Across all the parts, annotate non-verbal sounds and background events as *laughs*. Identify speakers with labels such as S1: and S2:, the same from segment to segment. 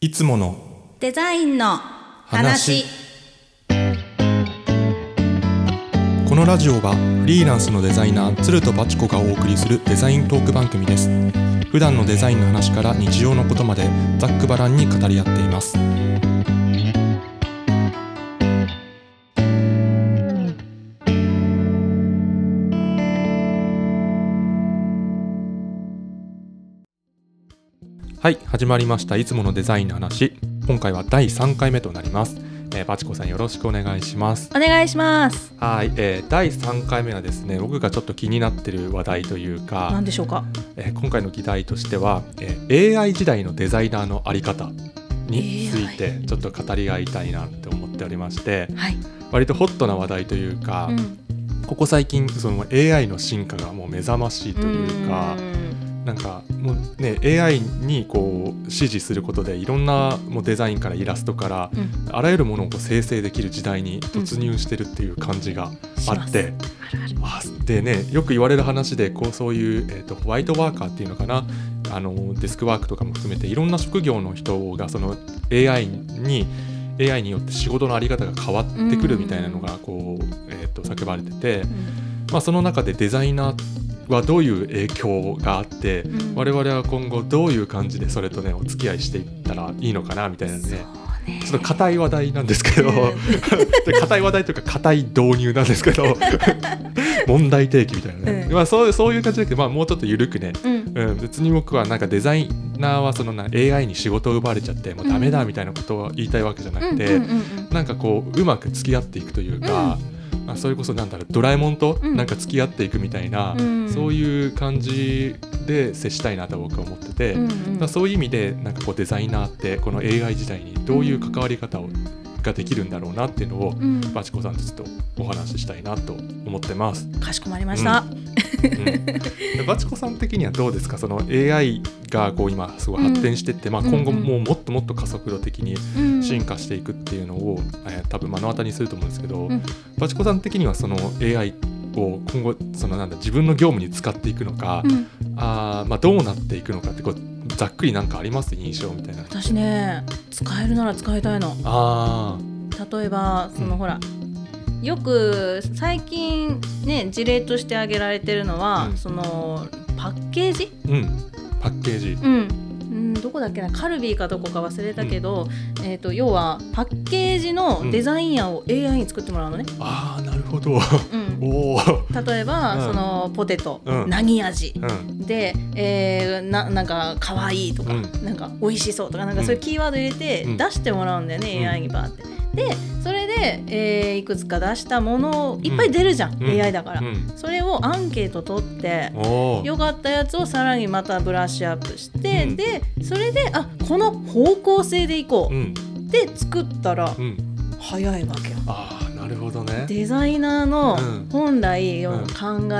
S1: いつもの
S2: デザインの話
S1: このラジオはフリーランスのデザイナー鶴とバチコがお送りするデザイントーク番組です普段のデザインの話から日常のことまでざっくばらんに語り合っていますはい始まりましたいつものデザインの話今回は第3回目となります、えー、バチコさんよろしくお願いします
S2: お願いします
S1: はい、えー第3回目はですね僕がちょっと気になってる話題というか
S2: 何、でしょうか
S1: えー今回の議題としては、えー AI 時代のデザイナーのあり方についてちょっと語り合いたいなって思っておりまして
S2: はい、
S1: 割とホットな話題というか、
S2: うん、
S1: ここ最近その AI の進化がもう目覚ましいというか。なんかもうね AI にこう指示することでいろんなもうデザインからイラストから
S2: うんうん
S1: あらゆるものをこう生成できる時代に突入してるっていう感じがあって、
S2: あるある
S1: あでねよく言われる話でこうそういう、えー、とホワイトワーカーっていうのかなあのデスクワークとかも含めていろんな職業の人がその AI に AI によって仕事のあり方が変わってくるみたいなのがこう、えー、と叫ばれてて、まあ、その中でデザイナーはどういう影響があって
S2: うん
S1: 我々は今後どういう感じでそれとねお付き合いしていったらいいのかなみたいな
S2: そう
S1: ね。
S2: ね
S1: ちょっと硬い話題なんですけど、
S2: うん
S1: *laughs* で硬い話題というか硬い導入なんですけ
S2: *laughs*
S1: ど問題提起みたいなね、
S2: うん
S1: まあ、そうそういう感じじゃなくて、まあ、もうちょっと緩くね、
S2: うん
S1: うん、別に僕はなんかデザイナーはそのな AI に仕事を奪われちゃってもうダメだみたいなことを言いたいわけじゃな
S2: う
S1: く
S2: ん
S1: て、
S2: うんうんうん
S1: なんかこううまく付き合っていくというか、まあ、それこそなんだろうドラえもんと
S2: うん
S1: なんか付き合っていくみたいな、
S2: うん
S1: そういう感じで接したいなと僕は思ってて。
S2: うん
S1: だからそういう意味でなんかこうデザイナーってこの AI 時代にどういう関わり方をができるんだろうなっていうのを
S2: うん
S1: バチコさんとちょっとお話ししたいなと思ってます。
S2: かしこまりました、
S1: うんでバチコさん的にはどうですかその AI がこう今すごい発展してって、まあ、今後もうもっともっと加速度的に
S2: うん
S1: 進化していくっていうのを、えー多分目の当たりにすると思うんですけど、
S2: うん
S1: バチコさん的にはその AI を今後そのなんだ自分の業務に使っていくのか、
S2: うん
S1: あーまあ、どうなっていくのかってこうざっくりなんかあります印象みたいな。
S2: 私ね使えるなら使いたいの
S1: あ
S2: 例えばその、
S1: うん
S2: ほらよく最近ね事例として挙げられてるのは、
S1: うん
S2: そのパッケージ
S1: ーうんパッケージ。
S2: うん、うん、どこだっけなカルビーかどこか忘れたけど、えー、と要はパッケージのデザイン案を AI に作ってもらうのね、
S1: ああなるほど。 *laughs*
S2: うん、
S1: おお。
S2: 例えば、
S1: うん
S2: そのポテト、
S1: うん
S2: 何味
S1: うん
S2: で、えーななんか可愛いとか、
S1: うん
S2: なんか美味しそうとかなんかそういうキーワード入れて
S1: うん
S2: 出してもらうんだよね、
S1: うん
S2: AI にバーって。でそれで、えーいくつか出したものをいっぱい出るじゃん、
S1: うん
S2: AI だから、
S1: うん。
S2: それをアンケート取って
S1: おお。
S2: 良かったやつをさらにまたブラッシュアップして、
S1: うん
S2: でそれであこの方向性でいこ
S1: う
S2: う、
S1: ん
S2: で作ったら
S1: うん。
S2: 早いわけよ。
S1: ああなるほどね。
S2: デザイナーの
S1: うん
S2: 本来を
S1: うん
S2: 考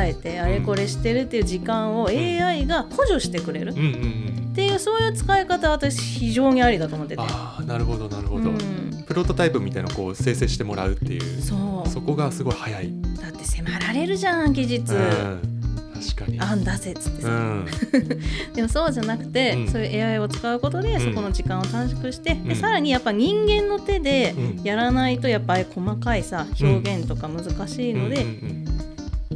S2: えてあれこれしてるっていう時間を AI が補助してくれるっ
S1: うんうんうん。
S2: ていうそういう使い方は私非常にありだと思ってて。
S1: ああなるほどなるほ
S2: う
S1: ど。
S2: ん、
S1: プロトタイプみたいなのをこう生成してもらうっていう。
S2: そう
S1: そこがすごい早い。うん。
S2: だって迫られるじゃん期日、
S1: 確かに。
S2: 案出せっつって
S1: う
S2: さ、
S1: ん。
S2: でもそうじゃなくて、
S1: うん
S2: そういう AI を使うことで
S1: うん
S2: そこの時間を短縮して、
S1: うん
S2: でさらにやっぱ人間の手で
S1: うん
S2: やらないとやっぱり細かいさ表現とか難しいの
S1: うんう
S2: で、
S1: ん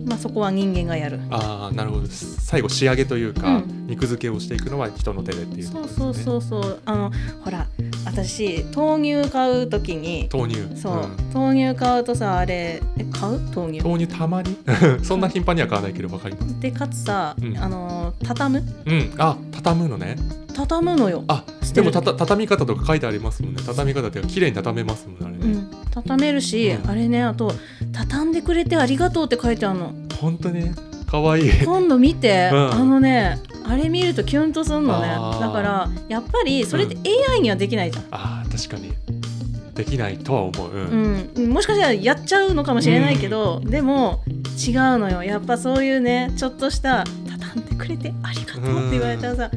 S2: まあ、そこは人間がやる。
S1: うんああなるほど。最後仕上げというか、
S2: う
S1: 肉付けをしていくのは人の手でっていうこ
S2: そ
S1: と
S2: う
S1: ですね。
S2: そうそうそうあのほら私豆乳買う時に
S1: 豆乳。
S2: そう、
S1: ん
S2: 豆乳買うとさあれえ買う豆乳
S1: 豆乳たまに *laughs* そんな頻繁には買わないけどわかります。
S2: でかつさ、
S1: うん
S2: あの畳む
S1: うん、あ、畳むのね。
S2: 畳むのよ、
S1: あ
S2: 捨、て
S1: で
S2: る
S1: もたた畳み方とか書いてありますもんね。畳み方っていうか綺麗に畳めますもんね。あれ
S2: う
S1: ね
S2: ん、畳めるし、
S1: うん
S2: あれねあと「畳んでくれてありがとう」って書いてあるの
S1: 本当ね、可愛い。
S2: 今度見て、
S1: うん
S2: あのねあれ見るとキュンとすんのね
S1: あー
S2: だからやっぱりそれって AI にはできないじゃん、
S1: あー、確かにできないとは思う。う、
S2: うんんもしかしたらやっちゃうのかもしれないけど、でも違うのよやっぱそういうねちょっとした「畳んでくれてありがとう」って言われたらさ、は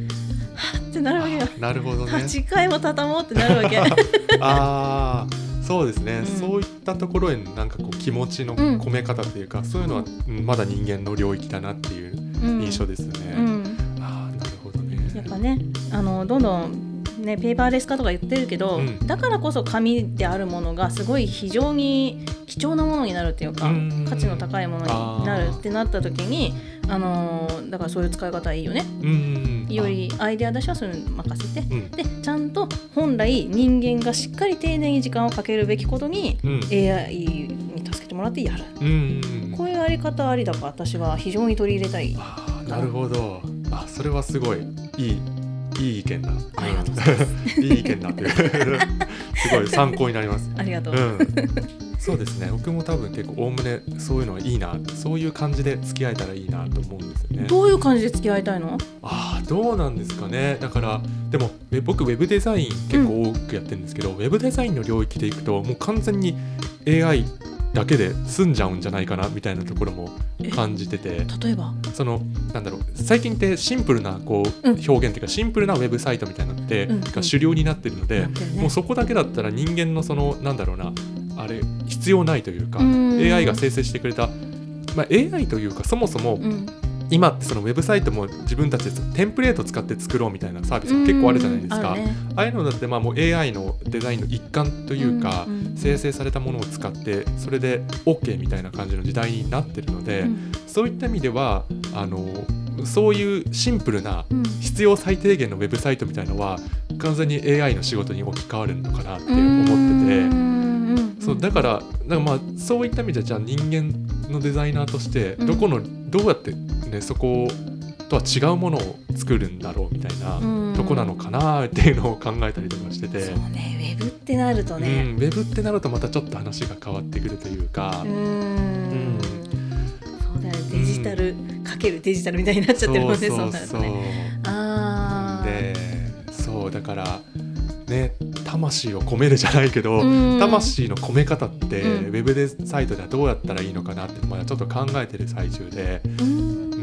S2: ぁってなるわけよ
S1: あ。なるほどね。
S2: 次回も畳もうってなるわ
S1: *laughs*
S2: け
S1: ああ、そうですね、
S2: うん
S1: そういったところへのなんかこう気持ちの
S2: うん
S1: 込め方というか、そういうのはうんまだ人間の領域だなっていう印象
S2: で
S1: ですね。
S2: うん、
S1: ああ、なるほどね。
S2: やっぱねあのどんどんね、ペーパーレス化とか言ってるけど、
S1: うん
S2: だからこそ紙であるものがすごい非常に貴重なものになるっていうか、
S1: うん
S2: 価値の高いものになるってなった時にあのーだからそういう使い方いいよね
S1: うん
S2: よりアイデア出しはそれに任せて
S1: あうん
S2: でちゃんと本来人間がしっかり丁寧に時間をかけるべきことに
S1: うん
S2: AI に助けてもらってやる
S1: うんうん
S2: こういうあり方ありだから私は非常に取り入れたい
S1: あーなるほどあそれはすごいいいいい意見だ
S2: ありがとうご
S1: ざいますいい意見だっていう *laughs* すごい参考になります
S2: ありがとう、
S1: うん、そうですね僕も多分結構おおむねそういうのはいいなそういう感じで付き合えたらいいなと思うんですよね。
S2: どういう感じで付き合いたいの
S1: あーどうなんですかねだからでもえ僕ウェブデザイン結構多くやってるんですけど、ウェブデザインの領域でいくともう完全に AI だけで済んじゃうんじゃないかなみたいなところも感じてて
S2: 例えば
S1: そのなんだろう最近ってシンプルなこう、
S2: うん
S1: 表現っていうかシンプルなウェブサイトみたいなのって、
S2: うん
S1: が主流になってるので、
S2: なってるね
S1: もうそこだけだったら人間のそのなんだろうなあれ必要ないというか
S2: うん
S1: AI が生成してくれた、まあ、AI というかそもそも
S2: うん
S1: 今ってそのウェブサイトも自分たちでテンプレート使って作ろうみたいなサービスも結構あるじゃないですか、
S2: うんあるね
S1: ああいうのだってまあもう AI のデザインの一環というか、
S2: うんうん
S1: 生成されたものを使ってそれで OK みたいな感じの時代になってるので、
S2: うん
S1: そういった意味ではあのそういうシンプルな
S2: うん
S1: 必要最低限のウェブサイトみたいのは完全に AI の仕事に置き換わるのかなって思ってて。そうだからなんかまあそういった意味でじゃあ人間のデザイナーとして
S2: うん
S1: どこの、どうやって、ね、そことは違うものを作るんだろうみたいなとこなのかなっていうのを考えたりとかしてて、
S2: そうねウェブってなると
S1: うん
S2: ね
S1: ウェブってなるとまたちょっと話が変わってくるというか。
S2: うんそうだよデジタルかけるデジタルみたいになっちゃってるもんねそうなるとねああ
S1: でそうだからね魂を込めるじゃないけど、
S2: うん
S1: 魂の込め方って、
S2: うん
S1: ウェブでサイトではどうやったらいいのかなってまだちょっと考えてる最中で、
S2: うん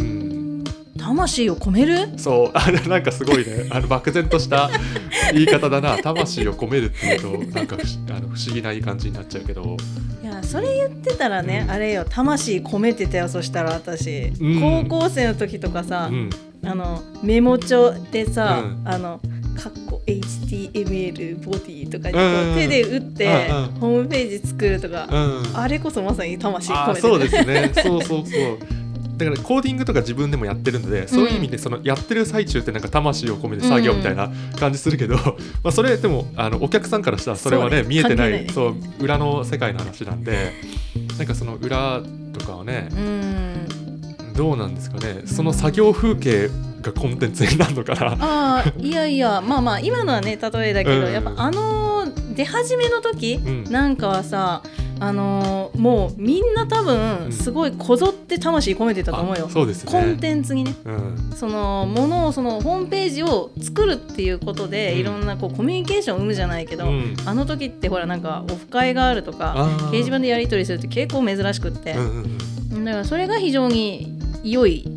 S1: うん、
S2: 魂を込める
S1: そう *laughs* あれなんかすごいねあの漠然とした
S2: *laughs*
S1: 言い方だな魂を込めるっていうとなんかふしあの不思議ないい感じになっちゃうけど
S2: いやそれ言ってたらね、
S1: うん
S2: あれよ魂込めてたよそしたら私、
S1: うん
S2: 高校生の時とかさ、
S1: うん
S2: あのメモ帳でさ、
S1: う
S2: あのかっこ HTML ボディとかにこ
S1: うんうんうん
S2: う手で打って
S1: うんうん
S2: ホームページ作るとか、
S1: うん
S2: あれこそまさに魂込
S1: あ
S2: め
S1: ー
S2: て
S1: そうですすねそうそうそうだからコーディングとか自分でもやってるので、そういう意味でそのやってる最中ってなんか魂を込めて作業みたいな感じするけど、 *laughs* まあそれでもあのお客さんからしたらそれはね
S2: そうね
S1: 見えてない
S2: 関
S1: そう裏の世界の話なんでなんかその裏とかはね
S2: うん
S1: どうなんですかねその作業風景がコンテンツになるのかな。
S2: ああいやいやまあまあ今のはね例えだけど、
S1: うん
S2: やっぱあの出始めの時、
S1: うん
S2: なんかはさあのーもうみんな多
S1: う
S2: 分
S1: ん
S2: すごいこぞって魂込めてたと思うよ、
S1: あそうですね
S2: コンテンツにね
S1: うん
S2: そのものをそのホームページを作るっていうことで、
S1: うん
S2: いろんなこうコミュニケーションを生むじゃないけど、
S1: うん
S2: あの時ってほらなんかオフ会があるとか
S1: あー
S2: 掲示板でやり取りするって結構珍しくって、
S1: うんうん
S2: だからそれが非常に良い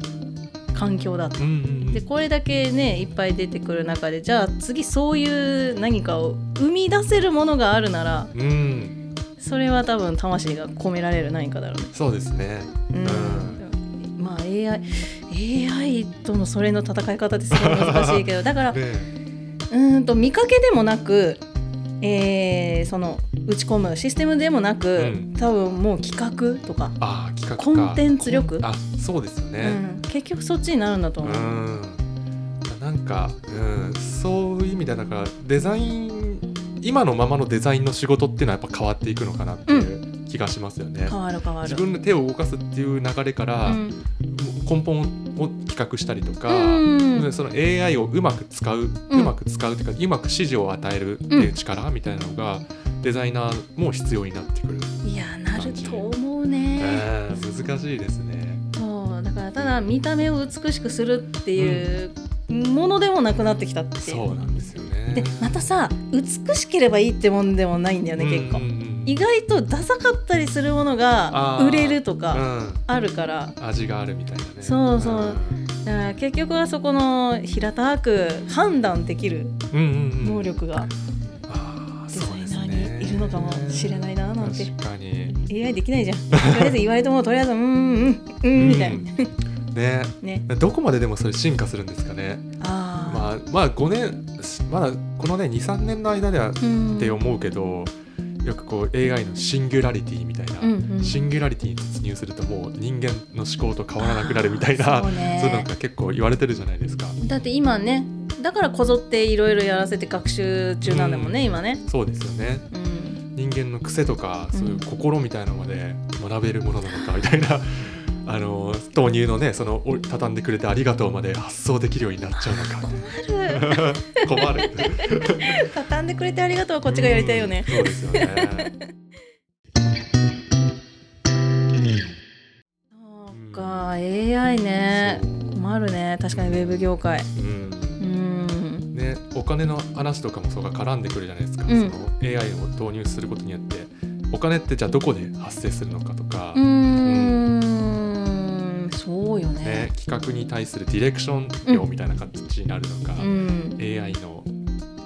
S2: 環境だった
S1: うんうん
S2: でこれだけねいっぱい出てくる中でじゃあ次そういう何かを生み出せるものがあるなら
S1: うんうん
S2: それは多分魂が込められる何かだろうね。
S1: そうですね。
S2: うんまあ AI, AI とのそれの戦い方ってすごい難しいけどだからう
S1: ね
S2: ーんと見かけでもなく、えーその打ち込むシステムでもなく、
S1: うん
S2: 多分もう企画とか、
S1: あー企画か
S2: コンテンツ力
S1: コンあそうですよね。
S2: うん結局そっちになるんだと思う。
S1: うん、なんか、うん、そういう意味ではだからデザイン今のままのデザインの仕事っていうのはやっぱ変わっていくのかなっていう気がしますよね。
S2: 変わる変わる。
S1: 自分で手を動かすっていう流れから、
S2: うん
S1: 根本を企画したりとか、
S2: うん
S1: でその AI をうまく使う、うまく使うっていうかうまく指示を与えるっていう力みたいなのが、デザイナーも必要になってくる、
S2: いやなると思うね。
S1: えー難しいですね。
S2: そうだからただ見た目を美しくするっていうものでもなくなってきたっていう。
S1: そうなんですよね。
S2: でまたさ美しければいいってもんでもないんだよね結構、
S1: うんうんうん
S2: 意外とダサかったりするもの
S1: あ
S2: が
S1: ー
S2: 売れるとか
S1: うん
S2: あるから
S1: 味があるみたいなね
S2: そうそうだから結局はそこの平たく判断でき
S1: う
S2: る
S1: ん、うんうんうん
S2: 能力が
S1: あー
S2: デ
S1: そう
S2: ザイ
S1: です
S2: ナ
S1: ね
S2: ーにいるのかもしれないななんて
S1: 確かに
S2: AI できないじゃんとりあえず言われてもとりあえずうーんうんうんみたいな、
S1: うんね
S2: ね
S1: どこまででもそれ進化するんですかね
S2: あー、
S1: まあまあ5年しまだこのね23年の間ではっ
S2: うん
S1: て思うけど、よくこう AI のシンギュラリティみたいな、
S2: うんうん
S1: シンギュラリティに突入するともう人間の思考と変わらなくなるみたいな
S2: あーそうね
S1: そういうのが結構言われてるじゃないですか。
S2: だって今ねだからこぞっていろいろやらせて学習中なんだもんね、今ね、
S1: そうですよね
S2: うん、
S1: 人間の癖とか
S2: うん
S1: そういう心みたいなのまで学べるものなのかみたいな、 *laughs* あの豆乳のねそのお畳んでくれてありがとうまで発想できるようになっちゃうのか
S2: *laughs* ある
S1: 困る
S2: 畳んでくれてありがとうこっちがやりたいよね
S1: うんそうですよね
S2: そうか AI *laughs* ね
S1: そう
S2: 困るね確かにウェブ業界
S1: うん
S2: うん
S1: ね、お金の話とかもそうが絡んでくるじゃないですか、
S2: うん
S1: その AI を導入することによってお金ってじゃあどこで発生するのかとか、
S2: うーんそうよ
S1: ね
S2: ね、
S1: 企画に対するディレクション料みたいな形になるのか、
S2: うん
S1: AI の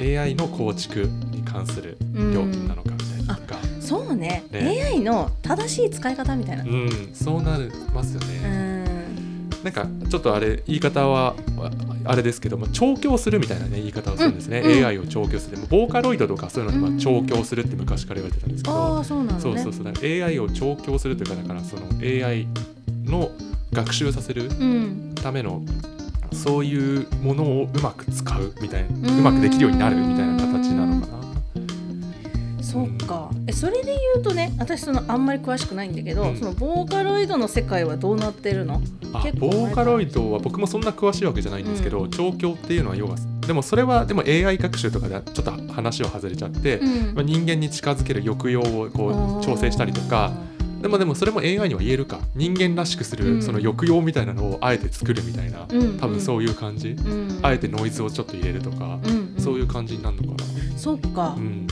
S1: AI の構築に関する料金なのかみたいなとか、
S2: そうね
S1: ね
S2: AI の正しい使い方みたいな
S1: うんそうなりますよ
S2: う
S1: ね、
S2: ん
S1: なんかちょっとあれ言い方はああれですけど、まあ、調教するみたいな、ね、言い方をするんですね、
S2: うんうん
S1: AI を調教するボーカロイドとかそういうので、まあ、調教するって昔から言われてたんですけど。
S2: ああそうなのね
S1: そうそうそうだから AI を調教するというかだからその AI の学習させる
S2: うん
S1: ためのそういうものをうまく使うみたいなうまくできるようになるみたいな形なのかな。
S2: そうかえそれで言うとね私そのあんまり詳しくないんだけど、
S1: うん
S2: そのボーカロイドの世界はどうなってるの
S1: あ
S2: 結構
S1: ボーカロイドは僕もそんな詳しいわけじゃないんですけど、調教っていうのは要はでもそれはでも AI 学習とかではちょっと話は外れちゃって、
S2: ん
S1: まあ、人間に近づける抑揚をこう調整したりとかでもでもそれも AI には言えるか人間らしくす
S2: う
S1: る
S2: ん
S1: その抑揚みたいなのをあえて作るみたいな、
S2: うん
S1: 多分そういう感じ、
S2: あーうん
S1: あえてノイズをちょっと入れるとか、
S2: うん
S1: そういうう感じになるのか
S2: んそっか
S1: な、うん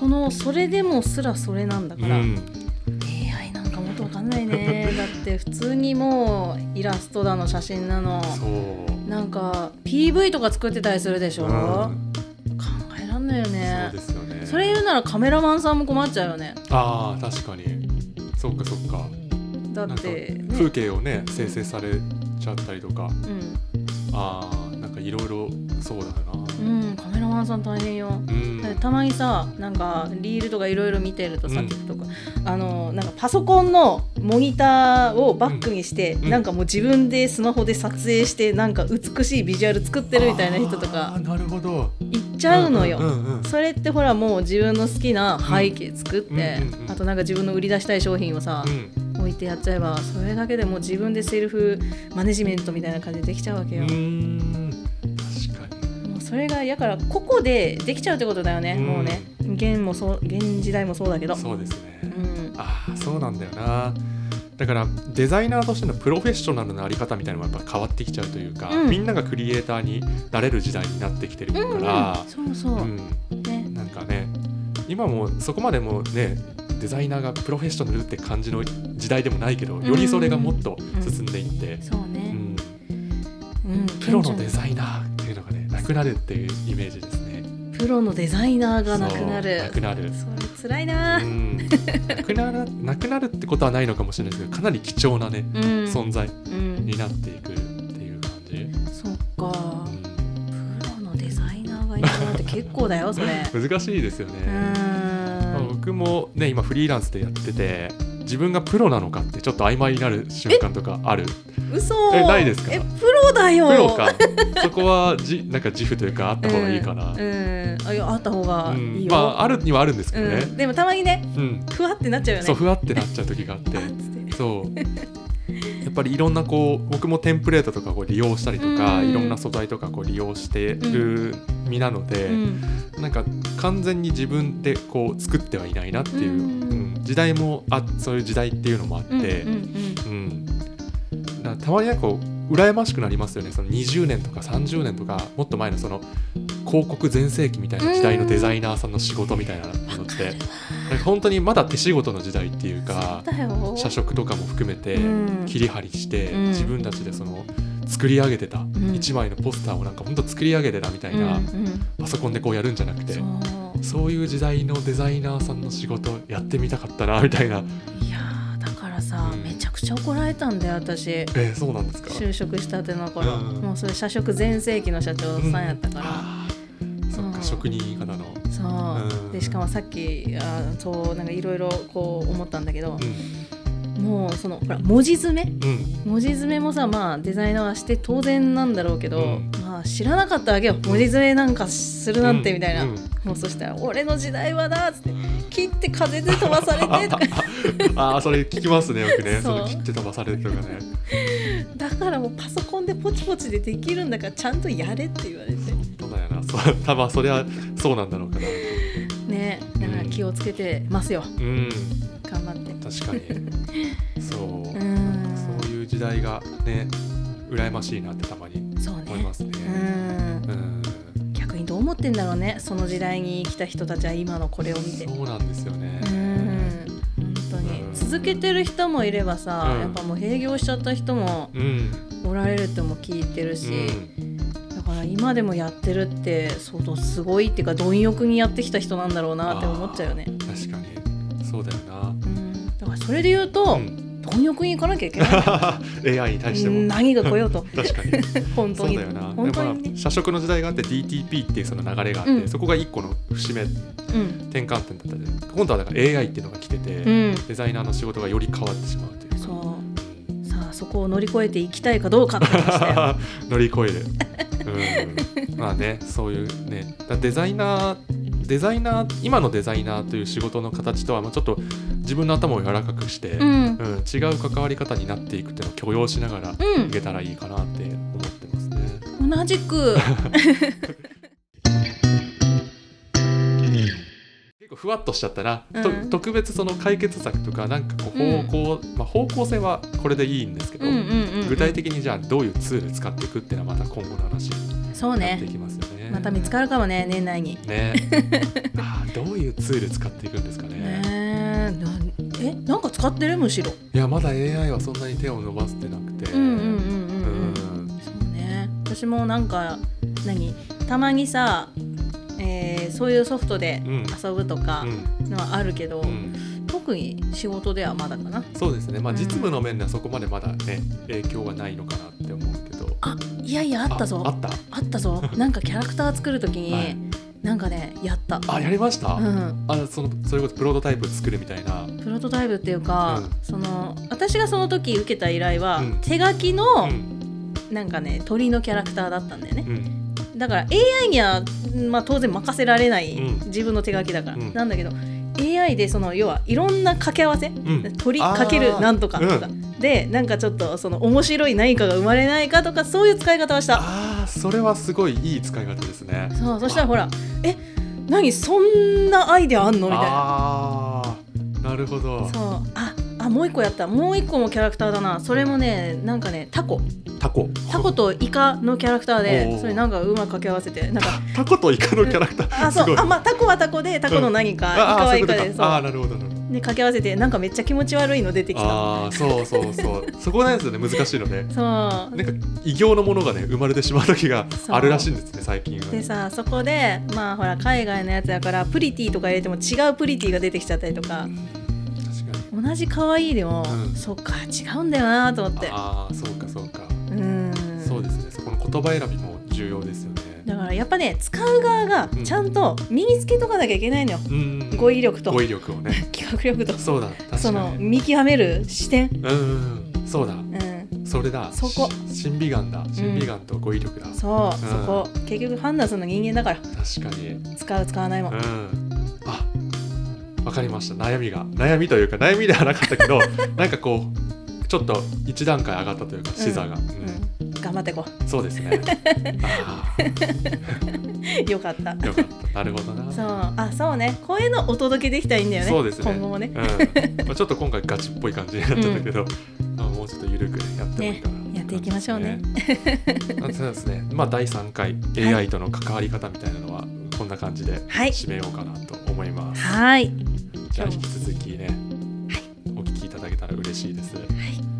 S2: そのそれでもすらそれなんだ
S1: う
S2: から、
S1: ん
S2: AI なんかもっとわかんな
S1: *laughs*
S2: いねだって普通にもうイラストだの写真なの
S1: そう、
S2: なんか PV とか作ってたりするでしょ、
S1: う
S2: 考
S1: ん
S2: えらんないよ
S1: そう
S2: ね
S1: ですよね
S2: それ言うならカメラマンさんも困っちゃうよね
S1: ああ確かにそうかそうか
S2: だ
S1: なん
S2: っ
S1: か
S2: て、ね、
S1: 風景をね生成されちゃったりとか
S2: う
S1: あーなんかいろいろそうだよな、
S2: ん、うん、カメラマンさん大変よ
S1: うん
S2: たまにさなんかリールとかいろいろ見てるとさ、
S1: うん
S2: TikTok あのなんかパソコンのモニターをバックにして、
S1: うん
S2: なんかもう自分でスマホで撮影してなんか美しいビジュアル作ってるみたいな人と
S1: あー
S2: か
S1: なるほど
S2: いっちゃうのよ。
S1: んうんうん
S2: それってほらもう自分の好きな背景作って、
S1: うんうんうん
S2: あとなんか自分の売り出したい商品をさ
S1: う、ん
S2: 置いてやっちゃえばそれだけでもう自分でセルフマネジメントみたいな感じでできちゃうわけ
S1: う
S2: よ、
S1: ん確かに
S2: もうそれがやから個々でできちゃうってことだよね、
S1: うん
S2: もうね現もそう現時代もそうだけど
S1: そうですね、
S2: うん
S1: ああそうなんだよなだからデザイナーとしてのプロフェッショナルなあり方みたいなのもやっぱ変わってきちゃうというか、
S2: うん
S1: みんながクリエイターになれる時代になってきてるから、
S2: そうそうう、
S1: ん
S2: ね
S1: なんかね今もうそこまでもうねデザイナーがプロフェッショナルって感じの時代でもないけど
S2: ん
S1: よりそれがもっと進んでいって、
S2: そう
S1: うん
S2: ね、うん
S1: プロのデザイナーっていうのがねなくなるっていうイメージですね。
S2: プロのデザイナーがなくな
S1: そうな
S2: る
S1: くなる
S2: それ辛いな
S1: う、ん、なくならなくなるってことはないのかもしれないですけどかなり貴重なね、
S2: うん
S1: 存在
S2: うん
S1: になっていくっていう感じ、
S2: そっかプロのデザイナーがいなくなって結構だ
S1: *laughs*
S2: よそれ
S1: うん難しいですよ
S2: う
S1: ね、まあ
S2: ーん
S1: 僕もね今フリーランスでやってて自分がプロなのかってちょっと曖昧になる瞬間とかあるプ
S2: 嘘
S1: えないですか
S2: えプロだよ
S1: ロか *laughs* そこはじなんか自負というかあった方がいいかな、
S2: う
S1: うんん
S2: うんあいやあった方がいいよ、
S1: まああるにはあるんですけどね、
S2: うん、でもたまにね
S1: うん
S2: ふわってなっちゃうよね
S1: そうふわってなっちゃう時があ
S2: *laughs*
S1: って
S2: あっつって
S1: そうやっぱりいろんなこう僕もテンプレートとかこう利用したりとか、
S2: うん
S1: いろんな素材とかこう利用してる身なので、
S2: うん
S1: なんか完全に自分でこう作ってはいないなっていう、
S2: うん
S1: うん時代もあそういう時代っていうのもあって、
S2: うん
S1: う
S2: うんん
S1: だからたまになんかこう羨ましくなりますよねその20年とか30年とかもっと前のその広告全盛期みたいな時代のデザイナーさんの仕事みたいなのって、なんか本当にまだ手仕事の時代っていうか。
S2: だよ
S1: 社食とかも含めて
S2: うん
S1: 切り張りして
S2: うん
S1: 自分たちでその作り上げてた
S2: ん
S1: 一枚のポスターをなんか本当作り上げてたみたい
S2: うんう
S1: なんパソコンでこうやるんじゃなくて
S2: そう
S1: そういう時代のデザイナーさんの仕事やってみたかったなみたいない
S2: やーだからさ、
S1: うん
S2: めちゃくちゃ怒られたんだよ私
S1: えーそうなんですか
S2: 就職したての頃、
S1: うん
S2: もうそれ社食全盛期の社長さんやったから、
S1: あか職人方の、
S2: そう、
S1: うん
S2: でしかもさっきあそうなんかいろいろこう思ったんだけど、もうそのほら文字詰め
S1: うんうん
S2: 文字詰めもさまあデザイナーはして当然なんだろうけど、
S1: うん
S2: まあ知らなかったわけよ文字詰めなんかするなんてみたいな、
S1: うんうん
S2: もうそしたら「俺の時代はな」っつって「切って風で飛ばされて」とか
S1: ああそれ聞きますねよくねそ
S2: そう
S1: の切って飛ばされるとかね
S2: だからもうパソコンでポチポチでできるんだからちゃんとやれって言われて
S1: そうだよなそう多分それはそうなんだろうかな
S2: ねだから気をつけてますよ
S1: うん
S2: 頑張って
S1: 確かにそう
S2: う
S1: なんか
S2: ん
S1: そういう時代がね羨ましいなってたまに
S2: そう
S1: 思い
S2: ね
S1: ますね
S2: うん
S1: うん
S2: 逆にどう思ってんだろうねその時代に生きた人たちは今のこれを見て
S1: そうなんですよね
S2: うん本当に
S1: うん
S2: 続けてる人もいればさ、
S1: うん
S2: やっぱもう閉業しちゃった人も
S1: うん
S2: おられるっても聞いてるし、
S1: うん
S2: だから今でもやってるって相当すごいっていうか貪欲にやってきた人なんだろうなって思っちゃうよね。
S1: 確かにそうだよな
S2: うんだからそれで言うと、
S1: うん *laughs*
S2: 貪欲に行かなきゃいけない
S1: AI に対しても
S2: 何が来よ
S1: *laughs*
S2: うと
S1: 確かに
S2: 本当
S1: そう
S2: に
S1: だよな
S2: 本
S1: で
S2: 当
S1: も
S2: に
S1: まあ
S2: ね。
S1: 社食の時代があって DTP っていうその流れがあって、
S2: うん
S1: そこが一個の節目
S2: うん
S1: 転換点だったじゃん今度はだから AI っていうのが来てて、
S2: うん
S1: デザイナーの仕事がより変わってしまうというか *laughs*
S2: そうさあそこを乗り越えていきたいかどうかって話だよ。
S1: 乗り越える、うん、まあねそういうねだデザイナーデザイナー今のデザイナーという仕事の形とはまあちょっと自分の頭を柔らかくして、う
S2: う
S1: ん
S2: ん
S1: 違う関わり方になっていくっていうのを許容しながらいけたらいいかなって思ってますね。
S2: うん、同じく
S1: 結構ふわっとしちゃったな、
S2: うん
S1: と特別その解決策とかなんかこう方向、まあ、方向性はこれでいいんですけど、
S2: うんうんうんうん
S1: 具体的にじゃあどういうツール使っていくっていうのはまた今後の話に
S2: そう
S1: なって
S2: ね
S1: いきますよね。
S2: また見つかるかもね年内に。
S1: ね *laughs* あーどういうツール使っていくんですかね
S2: ねえなえなんか使ってるむしろ。
S1: いやまだ AI はそんなに手を伸ばせてなくて
S2: うんうんうんうんうん。
S1: うん
S2: そうね私もなんか何たまにさ、えーそういうソフトで
S1: うん
S2: 遊ぶとか
S1: うん
S2: のはあるけど、
S1: うん
S2: 特に仕事ではまだかな
S1: そうですねまあ
S2: うん
S1: 実務の面ではそこまでまだね影響はないのかなって思うけど
S2: あいやいやあったぞ
S1: あ
S2: あ
S1: った
S2: っ
S1: *laughs*
S2: たぞなんかキャラクター作るときに、
S1: はい
S2: なんかねやった
S1: あやりました、
S2: うん、
S1: あそのそれこそプロトタイプ作るみたいな
S2: プロトタイプっていうか、
S1: うん
S2: その私がその時受けた依頼は、
S1: うん
S2: 手書きの、
S1: ん
S2: なんかね鳥のキャラクターだったんだよね
S1: うん
S2: だから AI には、まあ、当然任せられない、
S1: うん
S2: 自分の手書きだから、
S1: うん
S2: なんだけど AI でその要はいろんな掛け合わせ、
S1: ん
S2: 鳥
S1: あー
S2: かけるなんとかとか、
S1: う
S2: でなんかちょっとその面白い何かが生まれないかとかそういう使い方はした
S1: ああそれはすごいいい使い方ですね
S2: そうそしたらほら「え何そんなアイデアあんの?」みたいな。
S1: ああーなるほど
S2: そうああもう一個やったもう一個もキャラクターだなそれもねなんかねタコ
S1: タコ
S2: タコとイカのキャラクター
S1: おー
S2: でそれなんかうまく掛け合わせてなんか
S1: *laughs* *laughs* タコとイカのキャラクター、
S2: あ
S1: す
S2: そ
S1: ご
S2: う
S1: い
S2: あまあタコはタコでタコの何か、イ
S1: あ
S2: カ
S1: あ
S2: は
S1: ーそうい
S2: イ
S1: うこ
S2: カ
S1: と
S2: でそう
S1: かああーなるほどなるほど
S2: で掛け合わせてなんかめっちゃ気持ち悪いの出てきた
S1: ああそうそうそう *laughs* そこなんですよね難しいのね
S2: そう
S1: なんか異形のものがね生まれてしまう時が
S2: そう
S1: あるらしいんですね最近は
S2: でさそこでまあほら海外のやつだからプリティとか入れても違うプリティが出てきちゃったりとか
S1: 確かに
S2: 同じ可愛いでも、
S1: うん
S2: そっか違うんだよなと思って
S1: ああそうかそうか、
S2: うん
S1: そうですねそこの言葉選びも重要ですよね
S2: だからやっぱね使う側が
S1: うん
S2: ちゃんと身につけとかなきゃいけないのよ、
S1: うん
S2: 語彙力と
S1: 語彙力をね
S2: 企画力と
S1: そうだ確
S2: そ
S1: か
S2: の
S1: に
S2: 見極める視点
S1: うんうんうんそうだ
S2: うん
S1: それだ
S2: そこ
S1: し審美眼だ審美眼と語彙力だ、確
S2: そう、
S1: ん
S2: そこ結局判断するの人間だから
S1: かに
S2: 使う使わないも、
S1: うん、あわかりました悩みが悩みというか悩みではなかったけど
S2: *laughs*
S1: なんかこうちょっと一段階上がったというか視座が、うん
S2: うん、頑張ってこ
S1: そうです
S2: *laughs*
S1: ねあ
S2: う *laughs* よかった
S1: あよかったなるほどな
S2: そうあそうねこういうのお届けできたらいいんだよね
S1: そうですね
S2: 今後もね
S1: うんまあ、ちょっと今回ガチっぽい感じになったんだけど、まあもうちょっと緩くねやってもいいかな、
S2: ねやっていきましょうね
S1: うん。あそうですね。まあ第三回 AI との関わり方みたいなのはこんな感じで
S2: はい
S1: 締めようかなと思います。
S2: はい
S1: じゃあ
S2: 今日
S1: 引
S2: も
S1: き続きね、お聞きいただけたら嬉しいです。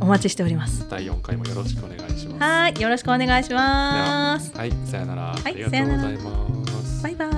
S2: お待ちしております
S1: 第4回もよろしくお願いします。
S2: はいよろしくお願いします
S1: はい、さよなら。
S2: い
S1: ありがとうございます。
S2: バイバイ